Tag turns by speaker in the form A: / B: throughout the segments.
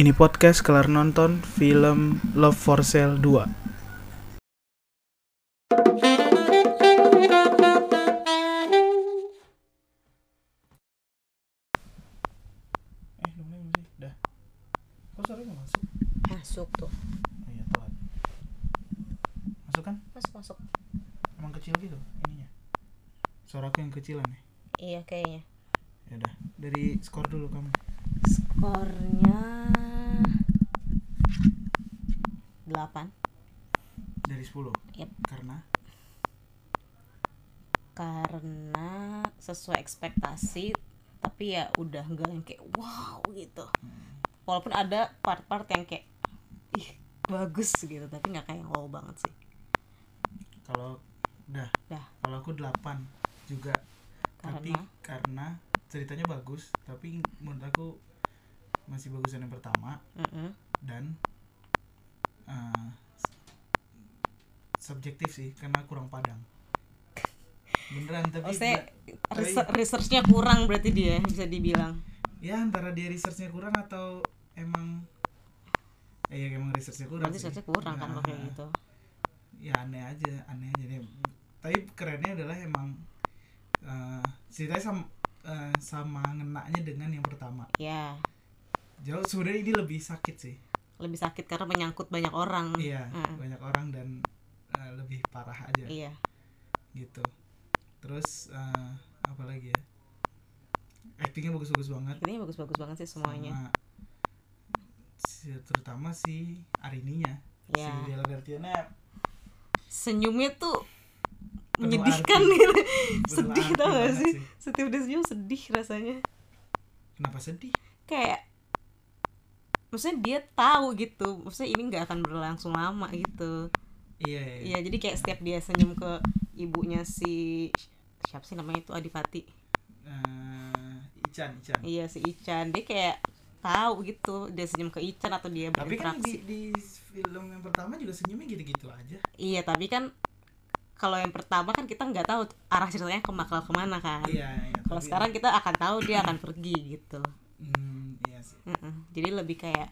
A: Ini podcast kelar nonton film Love for Sale 2. Eh, udah mulai belum sih? Dah. Kok suaranya nggak masuk?
B: masuk tuh
A: Oh iya, telat. Masuk kan?
B: masuk masuk
A: Emang kecil gitu ininya. Suara aku yang kecilan ya.
B: iya kayaknya
A: Ya udah, dari skor dulu kamu.
B: skornya 8
A: Dari 10.
B: Yep.
A: Karena
B: karena sesuai ekspektasi tapi ya udah enggak yang kayak wow gitu walaupun ada part-part yang kayak ih bagus gitu tapi nggak kayak yang wow banget sih
A: kalau udah.
B: Dah.
A: Kalau aku 8 juga. Tapi
B: karena
A: karena ceritanya bagus, tapi menurut aku masih bagusan yang pertama
B: Mm-mm.
A: dan eh, subjektif sih karena kurang padang. Beneran tapi
B: maksudnya
A: nggak-
B: research- Oh, researchnya kurang berarti dia bisa dibilang
A: ya antara dia researchnya kurang atau emang eh ya emang researchnya kurang
B: nanti
A: sih.
B: researchnya kurang kan
A: Nah,
B: kalau kayak gitu
A: ya aneh aja aneh aja deh. tapi kerennya adalah emang eh, ceritanya sama eh, sama ngenaknya dengan yang pertama
B: ya
A: jauh sebenarnya ini lebih sakit sih
B: lebih sakit karena menyangkut banyak orang
A: iya
B: Mm.
A: banyak orang dan eh, lebih parah aja
B: iya
A: gitu terus eh, apa lagi ya actingnya bagus-bagus banget
B: ini bagus-bagus banget sih semuanya
A: sama si- terutama si Arininya
B: ya
A: si Della Bertiana
B: senyumnya tuh
A: Penuh
B: menyedihkan
A: arti.
B: gitu
A: Penuh
B: sedih
A: arti
B: tau gak
A: banget
B: sih
A: sih.
B: setiap dia senyum sedih rasanya
A: kenapa sedih
B: kayak maksudnya dia tahu gitu maksudnya ini nggak akan berlangsung lama gitu
A: iya iya, iya.
B: Iya jadi kayak setiap dia senyum ke ibunya si siapa sih namanya itu Adipati
A: Eh, Ican Ican
B: iya si Ican dia kayak tahu gitu dia senyum ke Ican atau dia
A: tapi kan
B: berinteraksi
A: di, di film yang pertama juga senyumnya gitu-gitu aja
B: iya tapi kan kalau yang pertama kan kita nggak tahu arah ceritanya ke bakal kemana kan
A: iya iya
B: kalau
A: tapi-
B: sekarang kita akan tahu dia akan pergi gitu
A: hmm, iya sih
B: Mm-mm. jadi lebih kayak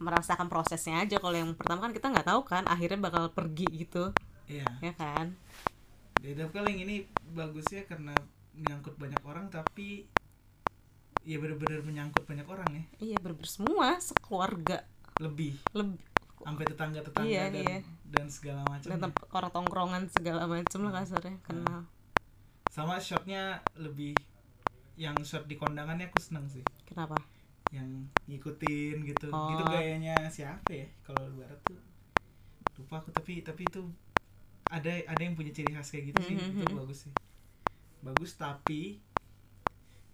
B: merasakan prosesnya aja kalau yang pertama kan kita nggak tahu kan akhirnya bakal pergi gitu
A: iya
B: ya kan
A: Dedap kalau yang ini bagusnya karena menyangkut banyak orang tapi ya bener-bener menyangkut banyak orang ya
B: iya berber semua sekeluarga
A: lebih
B: lebih
A: sampai tetangga-tetangga
B: Iya,
A: dan
B: iya.
A: dan segala macam
B: dan tem- orang tongkrongan segala macem lah
A: Hmm.
B: kasarnya kenal
A: sama shotnya lebih yang shot di kondangannya aku seneng sih
B: kenapa
A: yang ngikutin gitu
B: Oh.
A: itu gayanya siapa ya kalau di barat tuh lupa aku tapi tapi itu ada ada yang punya ciri khas kayak gitu sih
B: Mhm.
A: itu bagus sih bagus tapi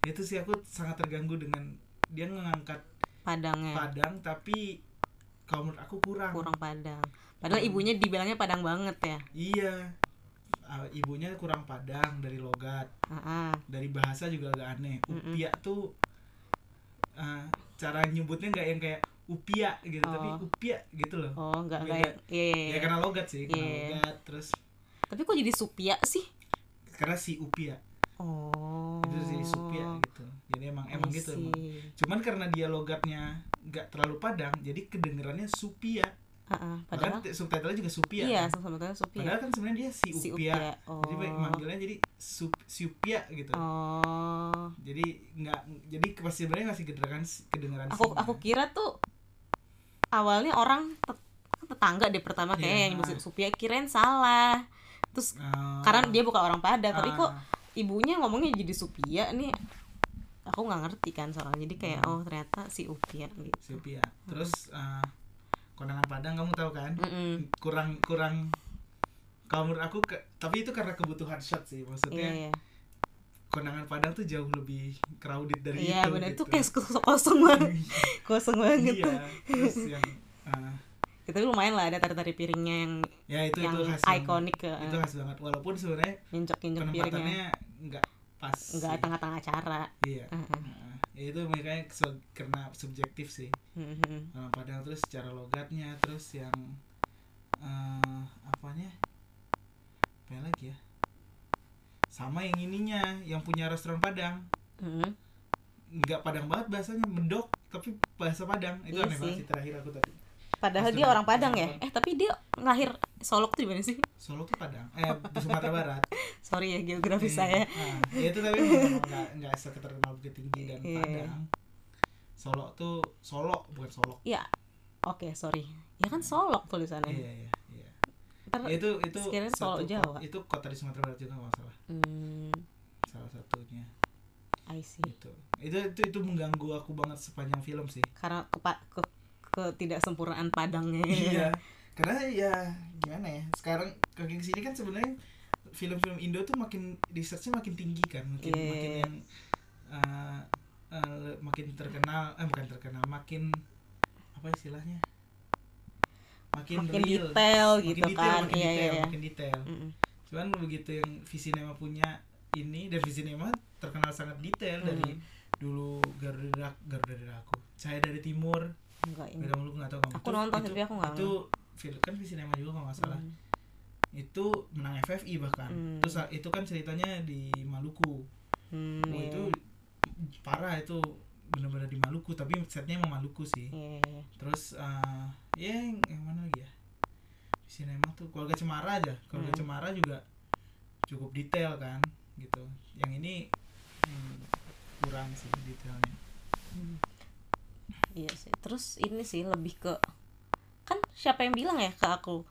A: itu sih aku sangat terganggu dengan dia ngangkat
B: padangnya
A: padang tapi kalau menurut aku kurang,
B: Hmm. kurang padang padahal ibunya dibilangnya padang banget ya
A: iya Ah, ibunya kurang padang dari logat
B: Ah, ah.
A: dari bahasa juga agak aneh
B: Mm-mm.
A: upia tuh ah, cara nyebutnya nggak yang kayak upia gitu tapi
B: Oh.
A: upia gitu loh
B: oh nggak
A: Beda.
B: kayak iya iya,
A: ya
B: iya.
A: karena logat sih karena
B: Iya.
A: logat terus
B: tapi kok jadi supia sih
A: karena si upia
B: oh
A: itu si supia gitu jadi emang emang
B: I
A: gitu
B: see.
A: emang. cuman karena dia logatnya nggak terlalu padang jadi kedengerannya supia
B: Ah, ah. padahal
A: bahkan t- subtitlenya juga kan supia
B: iya
A: kan.
B: sebetulnya supia
A: padahal kan sebenarnya dia si upia,
B: si upia oh
A: jadi pe- manggilnya jadi sup, supia gitu
B: oh
A: jadi nggak jadi pasti sebenarnya masih kedengeran kedengeran
B: aku
A: sinya.
B: aku kira tuh awalnya orang tet- kan tetangga deh pertama
A: Iya.
B: kayak yang nyebut supia kirain salah terus
A: Ah,
B: karena dia bukan orang Padang tapi
A: ah,
B: kok ibunya ngomongnya jadi supia nih aku nggak ngerti kan soalnya jadi kayak
A: Hmm.
B: oh ternyata si upia gitu
A: supia terus ah, kondangan padang kamu tahu kan
B: Mm-mm.
A: kurang kurang kalau menurut aku ke- tapi itu karena kebutuhan shot sih
B: iya
A: maksudnya
B: iya
A: kondangan padang tuh jauh lebih crowded dari
B: iya
A: itu
B: benar itu
A: gitu.
B: kayak gitu. kos- kosong banget kosong banget
A: iya terus yang ah,
B: Ya, tapi lumayan lah ada tari tari piringnya yang
A: ya itu
B: yang ah.
A: itu khas banget.
B: ikonik ke
A: itu khas banget walaupun sebenarnya
B: nginjek nginjek piringnya
A: penempatannya nggak pas sih.
B: nggak tengah tengah acara
A: iya
B: Heeh.
A: Ah, ya itu makanya kesel- karena subjektif sih
B: Heeh.
A: orang Padang Eh, terus secara logatnya terus yang eh apanya apa lagi ya sama yang ininya yang punya restoran Padang
B: Heeh.
A: nggak Padang banget bahasanya mendok tapi bahasa Padang itu
B: Iya
A: aneh banget
B: sih.
A: sih terakhir aku tadi
B: Padahal
A: Maksudnya-
B: dia orang Padang ya. Eh tapi dia lahir Solok tuh di mana sih?
A: Solo tuh Padang eh di Sumatera Barat
B: Sorry ya geografi
A: Iya.
B: saya.
A: Nah, ya itu tapi memang nggak nggak seterkenal Bukit Tinggi dan
B: Iya.
A: Padang Solo tuh Solo bukan Solok
B: Ya. Oke sorry. Ya kan Solok tulisannya.
A: iya iya iya
B: Ntar
A: Ya, itu itu
B: sekiranya
A: satu
B: Solo
A: ko-
B: Jawa.
A: itu kota di Sumatera Barat juga nggak masalah
B: Hmm,
A: salah satunya
B: I see.
A: itu Gitu. itu itu itu mengganggu aku banget sepanjang film sih
B: Karena kepa- ke, ke, ketidaksempurnaan Padangnya. ya.
A: iya karena ya gimana ya sekarang kaki kesini kan sebenarnya film-film Indo tuh makin researchnya makin tinggi kan makin
B: Iya.
A: makin yang eh, eh, makin terkenal eh bukan terkenal makin apa istilahnya makin,
B: Makin
A: real.
B: detail
A: makin
B: gitu
A: detail,
B: kan.
A: makin
B: Iya iya
A: detail,
B: iya.
A: makin detail
B: Mm-mm.
A: cuman begitu yang Visinema punya ini dan Visinema terkenal sangat detail dari
B: Hmm.
A: dulu Garuda Dra- Garuda Deraku Cahaya dari Timur
B: Enggak ini.
A: Beda Muluk nggak tahu kamu.
B: Hmm. Aku
A: Itu-
B: nonton
A: itu-
B: tapi aku nggak
A: itu film kan Visinema juga kalau nggak salah
B: Hmm.
A: itu menang FFI bahkan
B: Hmm.
A: terus ah, itu kan ceritanya di Maluku
B: Hmm,
A: Wah,
B: iya.
A: Oh, itu parah itu benar-benar di Maluku tapi setnya emang Maluku sih
B: Iya, iya.
A: terus eh ya yang, yang mana lagi ya Visinema tuh keluarga Cemara aja keluarga
B: Hmm.
A: Cemara juga cukup detail kan gitu yang ini hmm, kurang sih detailnya
B: Hmm. Iya sih. Terus ini sih lebih ke kan siapa yang bilang ya ke aku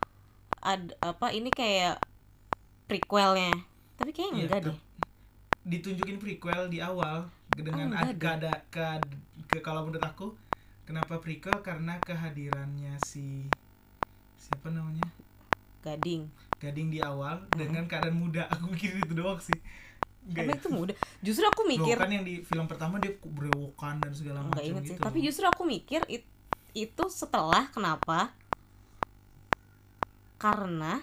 B: ada apa ini kayak prequelnya tapi kayaknya
A: Iya,
B: enggak
A: tep-
B: deh
A: ditunjukin prequel di awal dengan
B: Ah,
A: ad-
B: enggak
A: kada kad ke kalau menurut aku kenapa prequel karena kehadirannya si siapa namanya
B: gading
A: gading di awal
B: Hmm.
A: dengan keadaan muda aku mikir itu doang sih Enggak
B: emang
A: ya?
B: itu muda justru aku mikir
A: Berewokan yang di film pertama dia ku- berewokan dan segala macam
B: enggak inget
A: gitu
B: sih tapi justru aku mikir it- itu setelah kenapa karena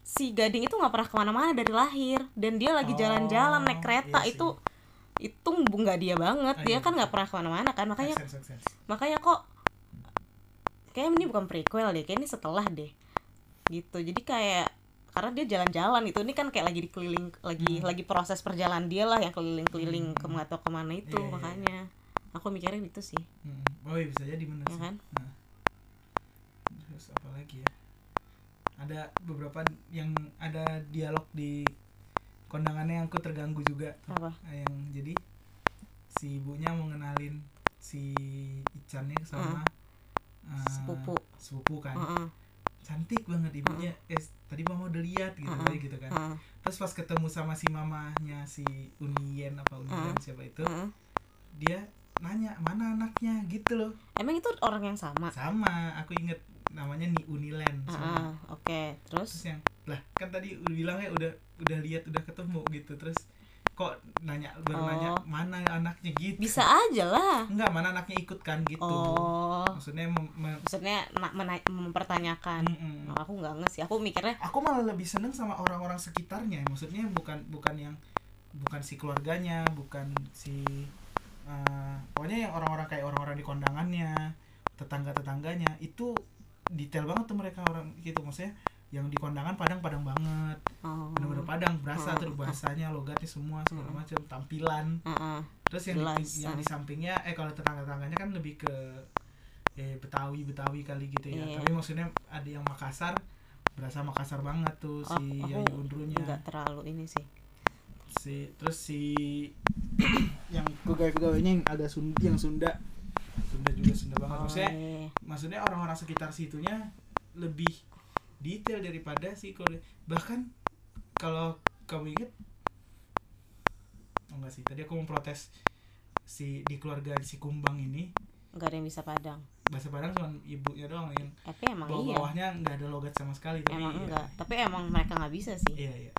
B: si gading itu nggak pernah kemana-mana dari lahir dan dia lagi
A: Oh,
B: jalan-jalan naik kereta
A: iya sih.
B: itu itu nggak dia banget
A: Ah, iya,
B: dia kan nggak
A: betul.
B: pernah kemana-mana kan makanya
A: Make sense, make sense.
B: makanya kok kayak ini bukan prequel deh kayak ini setelah deh gitu jadi kayak karena dia jalan-jalan itu ini kan kayak lagi dikeliling lagi
A: Hmm.
B: lagi proses perjalanan dia lah yang keliling-keliling
A: Hmm.
B: ke nggak tahu kemana itu
A: Iya, iya, iya.
B: makanya aku mikirnya itu sih
A: Mm-mm. oh iya bisa jadi bener
B: ya
A: sih
B: kan
A: terus apa lagi ya ada beberapa yang ada dialog di kondangannya yang aku terganggu juga
B: apa
A: Nah, yang jadi si ibunya mau ngenalin si Icannya sama
B: Hmm.
A: eh,
B: sepupu
A: sepupu kan
B: Heeh,
A: cantik banget ibunya
B: Hmm.
A: eh tadi mama udah lihat gitu
B: Heeh.
A: tadi gitu kan
B: heeh,
A: terus pas ketemu sama si mamanya si Unien apa Unien
B: Hmm.
A: siapa itu
B: heeh.
A: dia nanya mana anaknya gitu loh
B: emang itu orang yang sama
A: sama aku inget namanya Ni Unilen
B: Heeh,
A: sama
B: oke terus
A: terus yang lah kan tadi udah bilangnya udah udah lihat udah ketemu gitu terus kok nanya baru nanya
B: Oh.
A: mana anaknya gitu
B: bisa aja lah
A: Enggak, mana anaknya ikut kan gitu.
B: oh
A: Maksudnya mem- me-
B: maksudnya na- mena- mempertanyakan Oh,
A: Mm-mm.
B: aku nggak nge sih aku mikirnya
A: aku malah lebih seneng sama orang-orang sekitarnya. Maksudnya bukan bukan yang bukan si keluarganya, bukan si eh, pokoknya yang orang-orang kayak orang-orang di kondangannya, tetangga-tetangganya itu detail banget tuh mereka orang gitu maksudnya yang di kondangan padang-padang banget.
B: oh.
A: Bener-bener padang berasa
B: Hmm.
A: tuh bahasanya, logatnya semua segala
B: Hmm.
A: macam, tampilan.
B: Heeh.
A: terus yang di,
B: Jelas,
A: yang di sampingnya eh kalau tetangga tetangganya kan lebih ke eh betawi betawi kali gitu ya
B: Iya.
A: tapi maksudnya ada yang Makassar berasa Makassar banget tuh
B: Oh,
A: si
B: aku
A: Yayu Undrunya
B: nggak terlalu ini sih
A: si terus si yang pegawai pegawainya yang ada Sun- yang Sunda Sunda juga Sunda banget maksudnya
B: iya.
A: maksudnya orang-orang sekitar situnya lebih detail daripada si Korea bahkan kalau kamu inget oh enggak sih tadi aku mau protes si di keluarga si Kumbang ini
B: nggak ada yang bisa padang
A: bahasa Padang cuma ibunya doang yang
B: tapi emang
A: bawah
B: iya
A: bawahnya nggak ada logat sama sekali tapi
B: emang
A: iya.
B: enggak tapi emang mereka nggak bisa sih
A: iya iya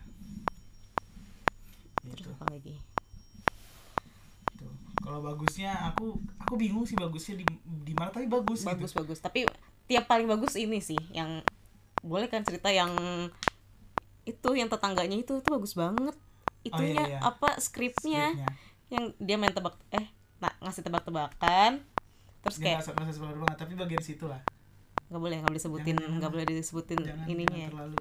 B: terus
A: Gitu.
B: apa lagi
A: Tuh. kalau bagusnya aku aku bingung sih bagusnya di di mana tapi bagus, gitu.
B: bagus bagus tapi tiap paling bagus ini sih yang boleh kan cerita yang itu yang tetangganya itu itu bagus banget itunya
A: iya.
B: apa skripnya
A: Skripnya.
B: yang dia main tebak eh na- ngasih tebak-tebakan terus
A: Dia
B: kayak
A: nggak proses banget tapi bagian situ lah
B: nggak boleh nggak boleh sebutin
A: Jangan, jangan.
B: nggak boleh disebutin
A: jangan,
B: ininya
A: jangan terlalu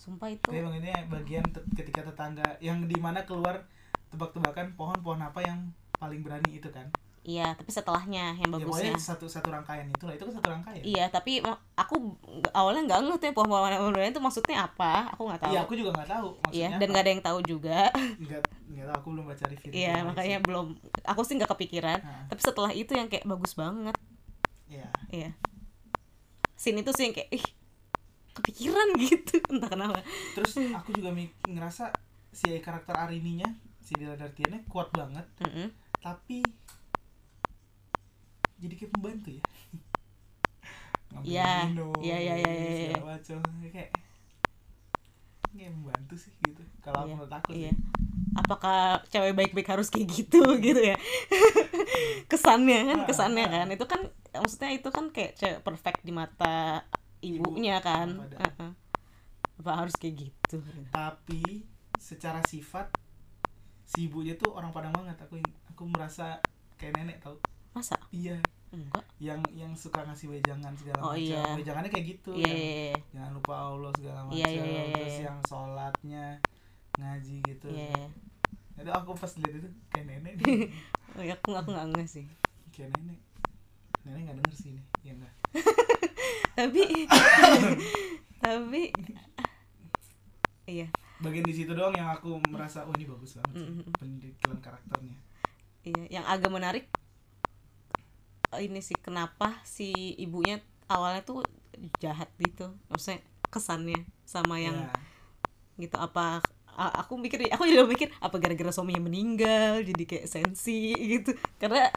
B: sumpah itu
A: Tapi emang ini bagian te- ketika tetangga yang dimana keluar tebak-tebakan pohon-pohon apa yang paling berani itu kan?
B: iya tapi setelahnya yang
A: Ya,
B: bagusnya
A: pokoknya satu satu rangkaian itu lah itu kan satu rangkaian.
B: Iya, tapi ma- aku nggak- awalnya nggak ngerti pohon pohon pohon itu maksudnya apa. Aku nggak tahu.
A: Iya, aku juga nggak tahu
B: Iya,
A: maksudnya.
B: dan nggak ada yang tahu juga.
A: nggak nggak tahu aku belum baca review.
B: Iya,
A: Gimana
B: makanya
A: sih.
B: belum. Aku sih nggak kepikiran.
A: Nah,
B: Tapi setelah itu yang kayak bagus banget.
A: Iya.
B: Iya. Sini tuh sih yang kayak ih kepikiran gitu entah kenapa.
A: Terus aku juga mi- ngerasa si karakter Arininya, si Dila Dartiannya kuat banget,
B: Mm-mm.
A: tapi jadi kayak pembantu ya. Ngambil
B: Iya,
A: minum,
B: iya, iya, iya, iya,
A: segala
B: iya.
A: macam. kayak kayak membantu sih gitu. Kalau
B: Iya,
A: menurut aku
B: Iya.
A: sih.
B: Apakah cewek baik-baik harus kayak gitu gitu ya? kesannya kan,
A: Ah,
B: kesannya
A: ah.
B: kan. Itu kan maksudnya itu kan kayak cewek perfect di mata ibunya kan.
A: padahal.
B: Heeh. Apa harus kayak gitu?
A: Tapi secara sifat si ibunya tuh orang Padang banget. Aku aku merasa kayak nenek tau.
B: Masa?
A: Iya,
B: Enggak.
A: yang yang suka ngasih wejangan segala
B: Oh,
A: macam.
B: iya.
A: Wejangannya kayak gitu.
B: Iya,
A: yang
B: iya, iya.
A: Jangan lupa Allah segala macam.
B: Iya, iya, iya, iya,
A: Terus
B: iya.
A: yang sholatnya ngaji gitu.
B: Iya.
A: Itu aku pas lihat itu kayak nenek nih.
B: Oh, iya, aku aku nggak nggak sih.
A: kayak nenek. Nenek nggak denger sih ini. Iya enggak.
B: Tapi tapi iya,
A: Bagian di situ doang yang aku merasa oh ini bagus banget sih
B: Mhm.
A: pendidikan karakternya.
B: iya. Yang agak menarik eh, ini sih kenapa si ibunya awalnya tuh jahat gitu. Maksudnya kesannya sama yang
A: Ya,
B: gitu apa a- aku mikir aku jadi mikir apa gara-gara suaminya meninggal jadi kayak sensi gitu karena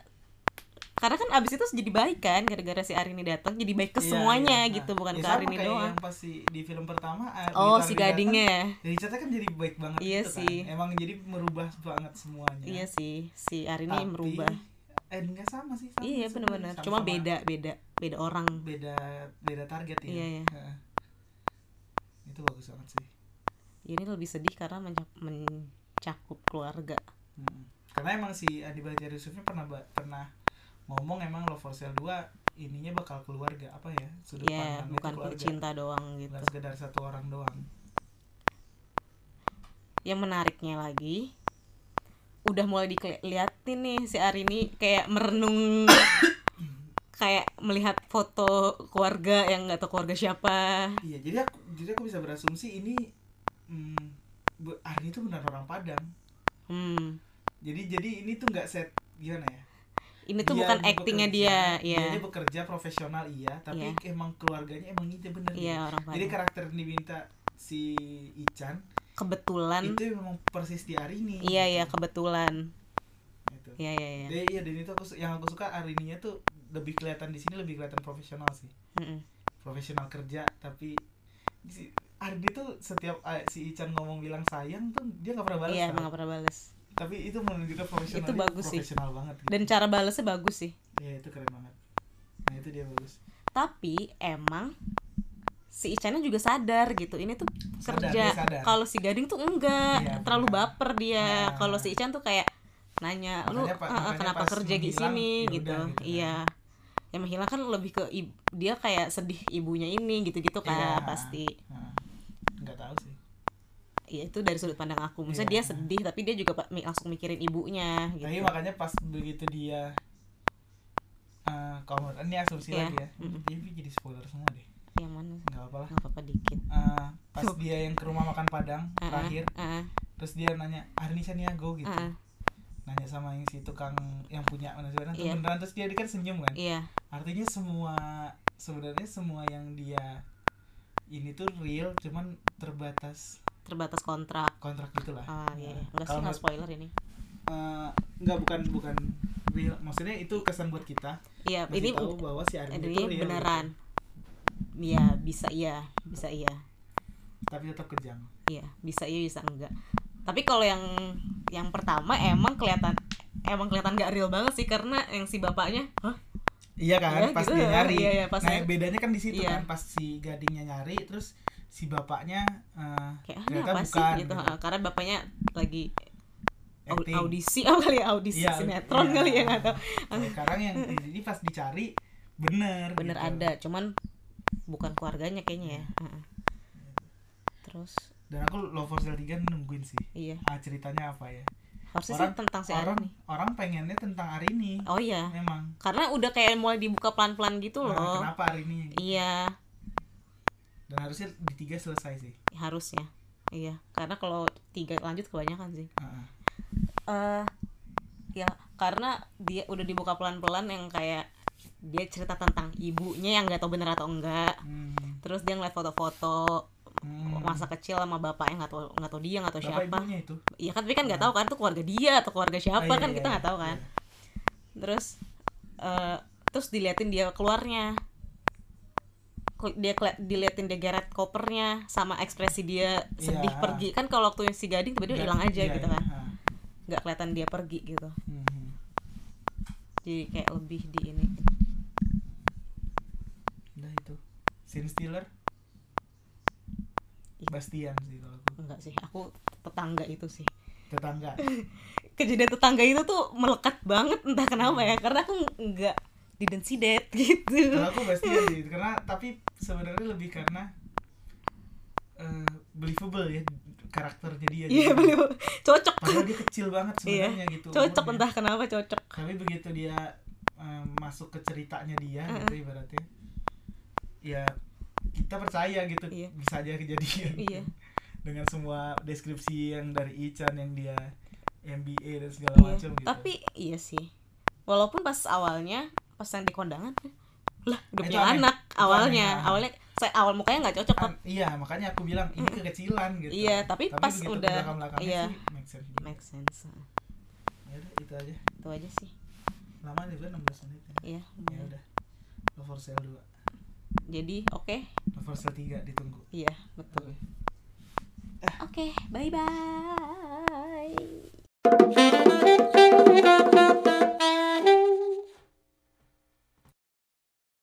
B: karena kan abis itu jadi baik kan gara-gara si Arini datang jadi baik ke
A: iya,
B: semuanya
A: iya.
B: gitu
A: Nah,
B: bukan
A: ya,
B: ke
A: sama
B: Arini
A: kayak
B: doang
A: Yang pas si- di film pertama ah, Rita
B: oh si
A: Ardila kan
B: gadingnya
A: Jadi Richard kan jadi baik banget
B: Iya
A: gitu
B: sih.
A: kan. Emang jadi merubah banget semuanya.
B: iya sih si Arini
A: Tapi,
B: merubah
A: Eh enggak sama sih. Sama
B: iya
A: sebenarnya.
B: benar-benar
A: Sama-sama
B: cuma beda beda beda orang
A: Beda beda target ya.
B: Iya, iya.
A: Heeh. Itu bagus banget sih.
B: ini lebih sedih karena menca- mencakup keluarga
A: Mm-mm. Hmm. Karena emang si Adi Bajar Yusufnya pernah ba- pernah ngomong emang Love for Sale 2 ininya bakal keluarga apa ya sudut
B: Iya,
A: pandangnya
B: bukan
A: tuh keluarga.
B: pecinta doang gitu
A: Bukan sekedar satu orang doang.
B: yang menariknya lagi udah mulai diliatin nih si Arini kayak merenung kayak melihat foto keluarga yang nggak tahu keluarga siapa
A: Iya, jadi aku jadi aku bisa berasumsi ini mm, Bu- Arini tuh benar orang Padang.
B: hmm
A: Jadi jadi ini tuh nggak set gimana ya?
B: ini tuh
A: Dia
B: bukan
A: bekerja,
B: actingnya dia
A: Dianya
B: ya
A: bekerja profesional iya, tapi emang keluarganya emang itu bener. gitu.
B: iya orang
A: Jadi
B: Padang
A: karakter yang diminta si Ican
B: kebetulan
A: itu memang persis di Arini.
B: iya
A: gitu.
B: iya kebetulan
A: Gitu.
B: iya iya iya
A: Jadi, iya dan itu aku su- yang aku suka Arininya tuh lebih kelihatan di sini lebih kelihatan profesional sih.
B: Mm-mm.
A: Profesional kerja tapi si Arini tuh setiap eh, si Ican ngomong bilang sayang tuh dia nggak pernah balas. kan?
B: iya
A: tau.
B: emang nggak pernah bales
A: Tapi itu menunjukkan profesional.
B: Itu bagus sih.
A: Profesional banget. Gitu.
B: dan cara balesnya bagus sih
A: Iya itu keren banget. Nah itu dia bagus.
B: tapi emang si Icannya juga sadar gitu ini tuh
A: Sadar, dia
B: kerja
A: sadar.
B: kalau si Gading tuh enggak
A: Iya,
B: terlalu
A: benar.
B: baper dia
A: Ah.
B: kalau si Ican tuh kayak nanya lu
A: Makanya pa-
B: eh, eh,
A: makanya
B: kenapa
A: pas
B: kerja di
A: menghilang,
B: sini
A: ya
B: gitu
A: udah gitu kan.
B: iya yang menghilang kan lebih ke ib- dia kayak sedih ibunya ini gitu-gitu
A: Iya.
B: kan pasti
A: Nah, nggak tahu sih.
B: ya itu dari sudut pandang aku maksudnya
A: Iya.
B: dia sedih tapi dia juga pa- mi- langsung mikirin ibunya gitu
A: Tapi makanya pas begitu dia eh kalau ini asumsi
B: Iya.
A: lagi ya.
B: Mm-mm.
A: Ini jadi spoiler semua deh.
B: yang Ya, mana
A: Enggak apa-apa lah.
B: nggak apa-apa dikit
A: Eh, pas dia yang ke rumah makan Padang
B: Ah,
A: terakhir,
B: ah,
A: terus dia nanya, "Hari ini Niago?" gitu.
B: ah,
A: Nanya sama yang si tukang yang punya mana sebenarnya tuh
B: Iya.
A: beneran terus dia dia kan senyum kan.
B: iya
A: Artinya semua sebenarnya semua yang dia ini tuh real cuman terbatas
B: terbatas kontrak
A: kontrak gitulah. Nah,
B: ah iya, iya. enggak sih
A: Kalau
B: nggak
A: menurut-
B: spoiler ini
A: eh, enggak bukan bukan real. Maksudnya itu kesan buat kita.
B: Iya, ini
A: Ini tahu bahwa si Arin itu
B: ini
A: real.
B: beneran. Iya, bisa iya, bisa iya.
A: gitu. Tapi tetap kejam.
B: Iya, bisa iya, bisa enggak. Tapi kalau yang yang pertama emang kelihatan emang kelihatan gak real banget sih karena yang si bapaknya, hah?
A: Iya kan,
B: Iya,
A: pas
B: gitu
A: dia
B: kan.
A: nyari.
B: Iya, iya, pas
A: nah,
B: dia-
A: bedanya kan di situ
B: Iya.
A: kan, pas si gadingnya nyari, terus si bapaknya eh,
B: Kayak ah, ini
A: ternyata
B: apa sih
A: bukan
B: gitu.
A: gitu.
B: Ah, Karena bapaknya lagi au-
A: acting.
B: audisi apa kali ya? audisi
A: Iya,
B: sinetron
A: iya.
B: kali ya nggak tahu.
A: Nah, sekarang yang jadi pas dicari bener. Iya.
B: Bener
A: gitu.
B: ada, cuman bukan keluarganya kayaknya ya. Heeh. Terus
A: Dan aku Love for Sale 3 nungguin sih.
B: iya.
A: Ah, ceritanya apa ya?
B: harusnya
A: Orang-
B: sih tentang si
A: orang
B: Arin nih
A: orang pengennya tentang Arini
B: oh iya
A: memang
B: karena udah kayak mulai dibuka pelan-pelan gitu
A: Nah,
B: loh
A: kenapa Arini
B: iya
A: dan harusnya di tiga selesai sih
B: harusnya iya karena kalau tiga lanjut kebanyakan sih
A: Heeh.
B: eh ya karena dia udah dibuka pelan-pelan yang kayak dia cerita tentang ibunya yang nggak tahu bener atau enggak
A: Hmm.
B: terus dia ngeliat foto-foto
A: Hmm.
B: masa kecil sama bapaknya nggak tahu nggak tahu dia nggak tahu
A: Bapak
B: siapa
A: ibunya itu
B: Iya kan tapi kan nggak tahu kan itu keluarga dia atau keluarga siapa
A: Ah, iya,
B: kan
A: iya,
B: kita nggak
A: iya.
B: tahu kan terus eh terus diliatin dia keluarnya Kul- dia keli- diliatin dia geret kopernya sama ekspresi dia sedih
A: Iya.
B: pergi kan kalau waktu si gading tiba-tiba hilang aja
A: Iya,
B: gitu
A: iya.
B: kan
A: Heeh.
B: nggak kelihatan dia pergi gitu
A: Mhm.
B: jadi kayak lebih di ini
A: Udah itu. Sin Stiller.
B: Iya.
A: Bastian sih kalau aku.
B: enggak sih aku tetangga itu sih
A: Tetangga.
B: kejadian tetangga itu tuh melekat banget entah kenapa ya karena aku nggak didensidet gitu
A: Hmm. kalau aku Bastian sih karena tapi sebenarnya lebih karena eh, believable ya karakternya dia.
B: iya
A: Jadi,
B: beliau cocok
A: Padahal dia kecil banget sebenarnya gitu.
B: cocok
A: umurnya.
B: entah kenapa cocok
A: Tapi begitu dia eh, masuk ke ceritanya dia gitu ibaratnya. Ya kita percaya gitu
B: Iya.
A: bisa aja kejadian. gitu.
B: Iya.
A: Dengan semua deskripsi yang dari Ichan yang dia MBA dan segala
B: Iya.
A: macam gitu.
B: Tapi iya sih. Walaupun pas awalnya pas yang di kondangan lah udah
A: Itu
B: punya
A: aneh.
B: anak
A: Itu aneh,
B: awalnya
A: aneh.
B: awalnya saya awal mukanya nggak cocok
A: Kan,
B: tapi
A: iya makanya aku bilang ini kekecilan gitu
B: Iya, tapi pas
A: begitu
B: udah-
A: belakang-belakangnya
B: iya.
A: sih make sense juga.
B: make sense
A: Yaudah, Ya itu aja
B: itu aja sih
A: lama nih udah 16 menit ya,
B: iya
A: ya udah love for sale 2
B: jadi oke
A: love for sale 3 ditunggu
B: iya
A: Ya
B: betul oke bye bye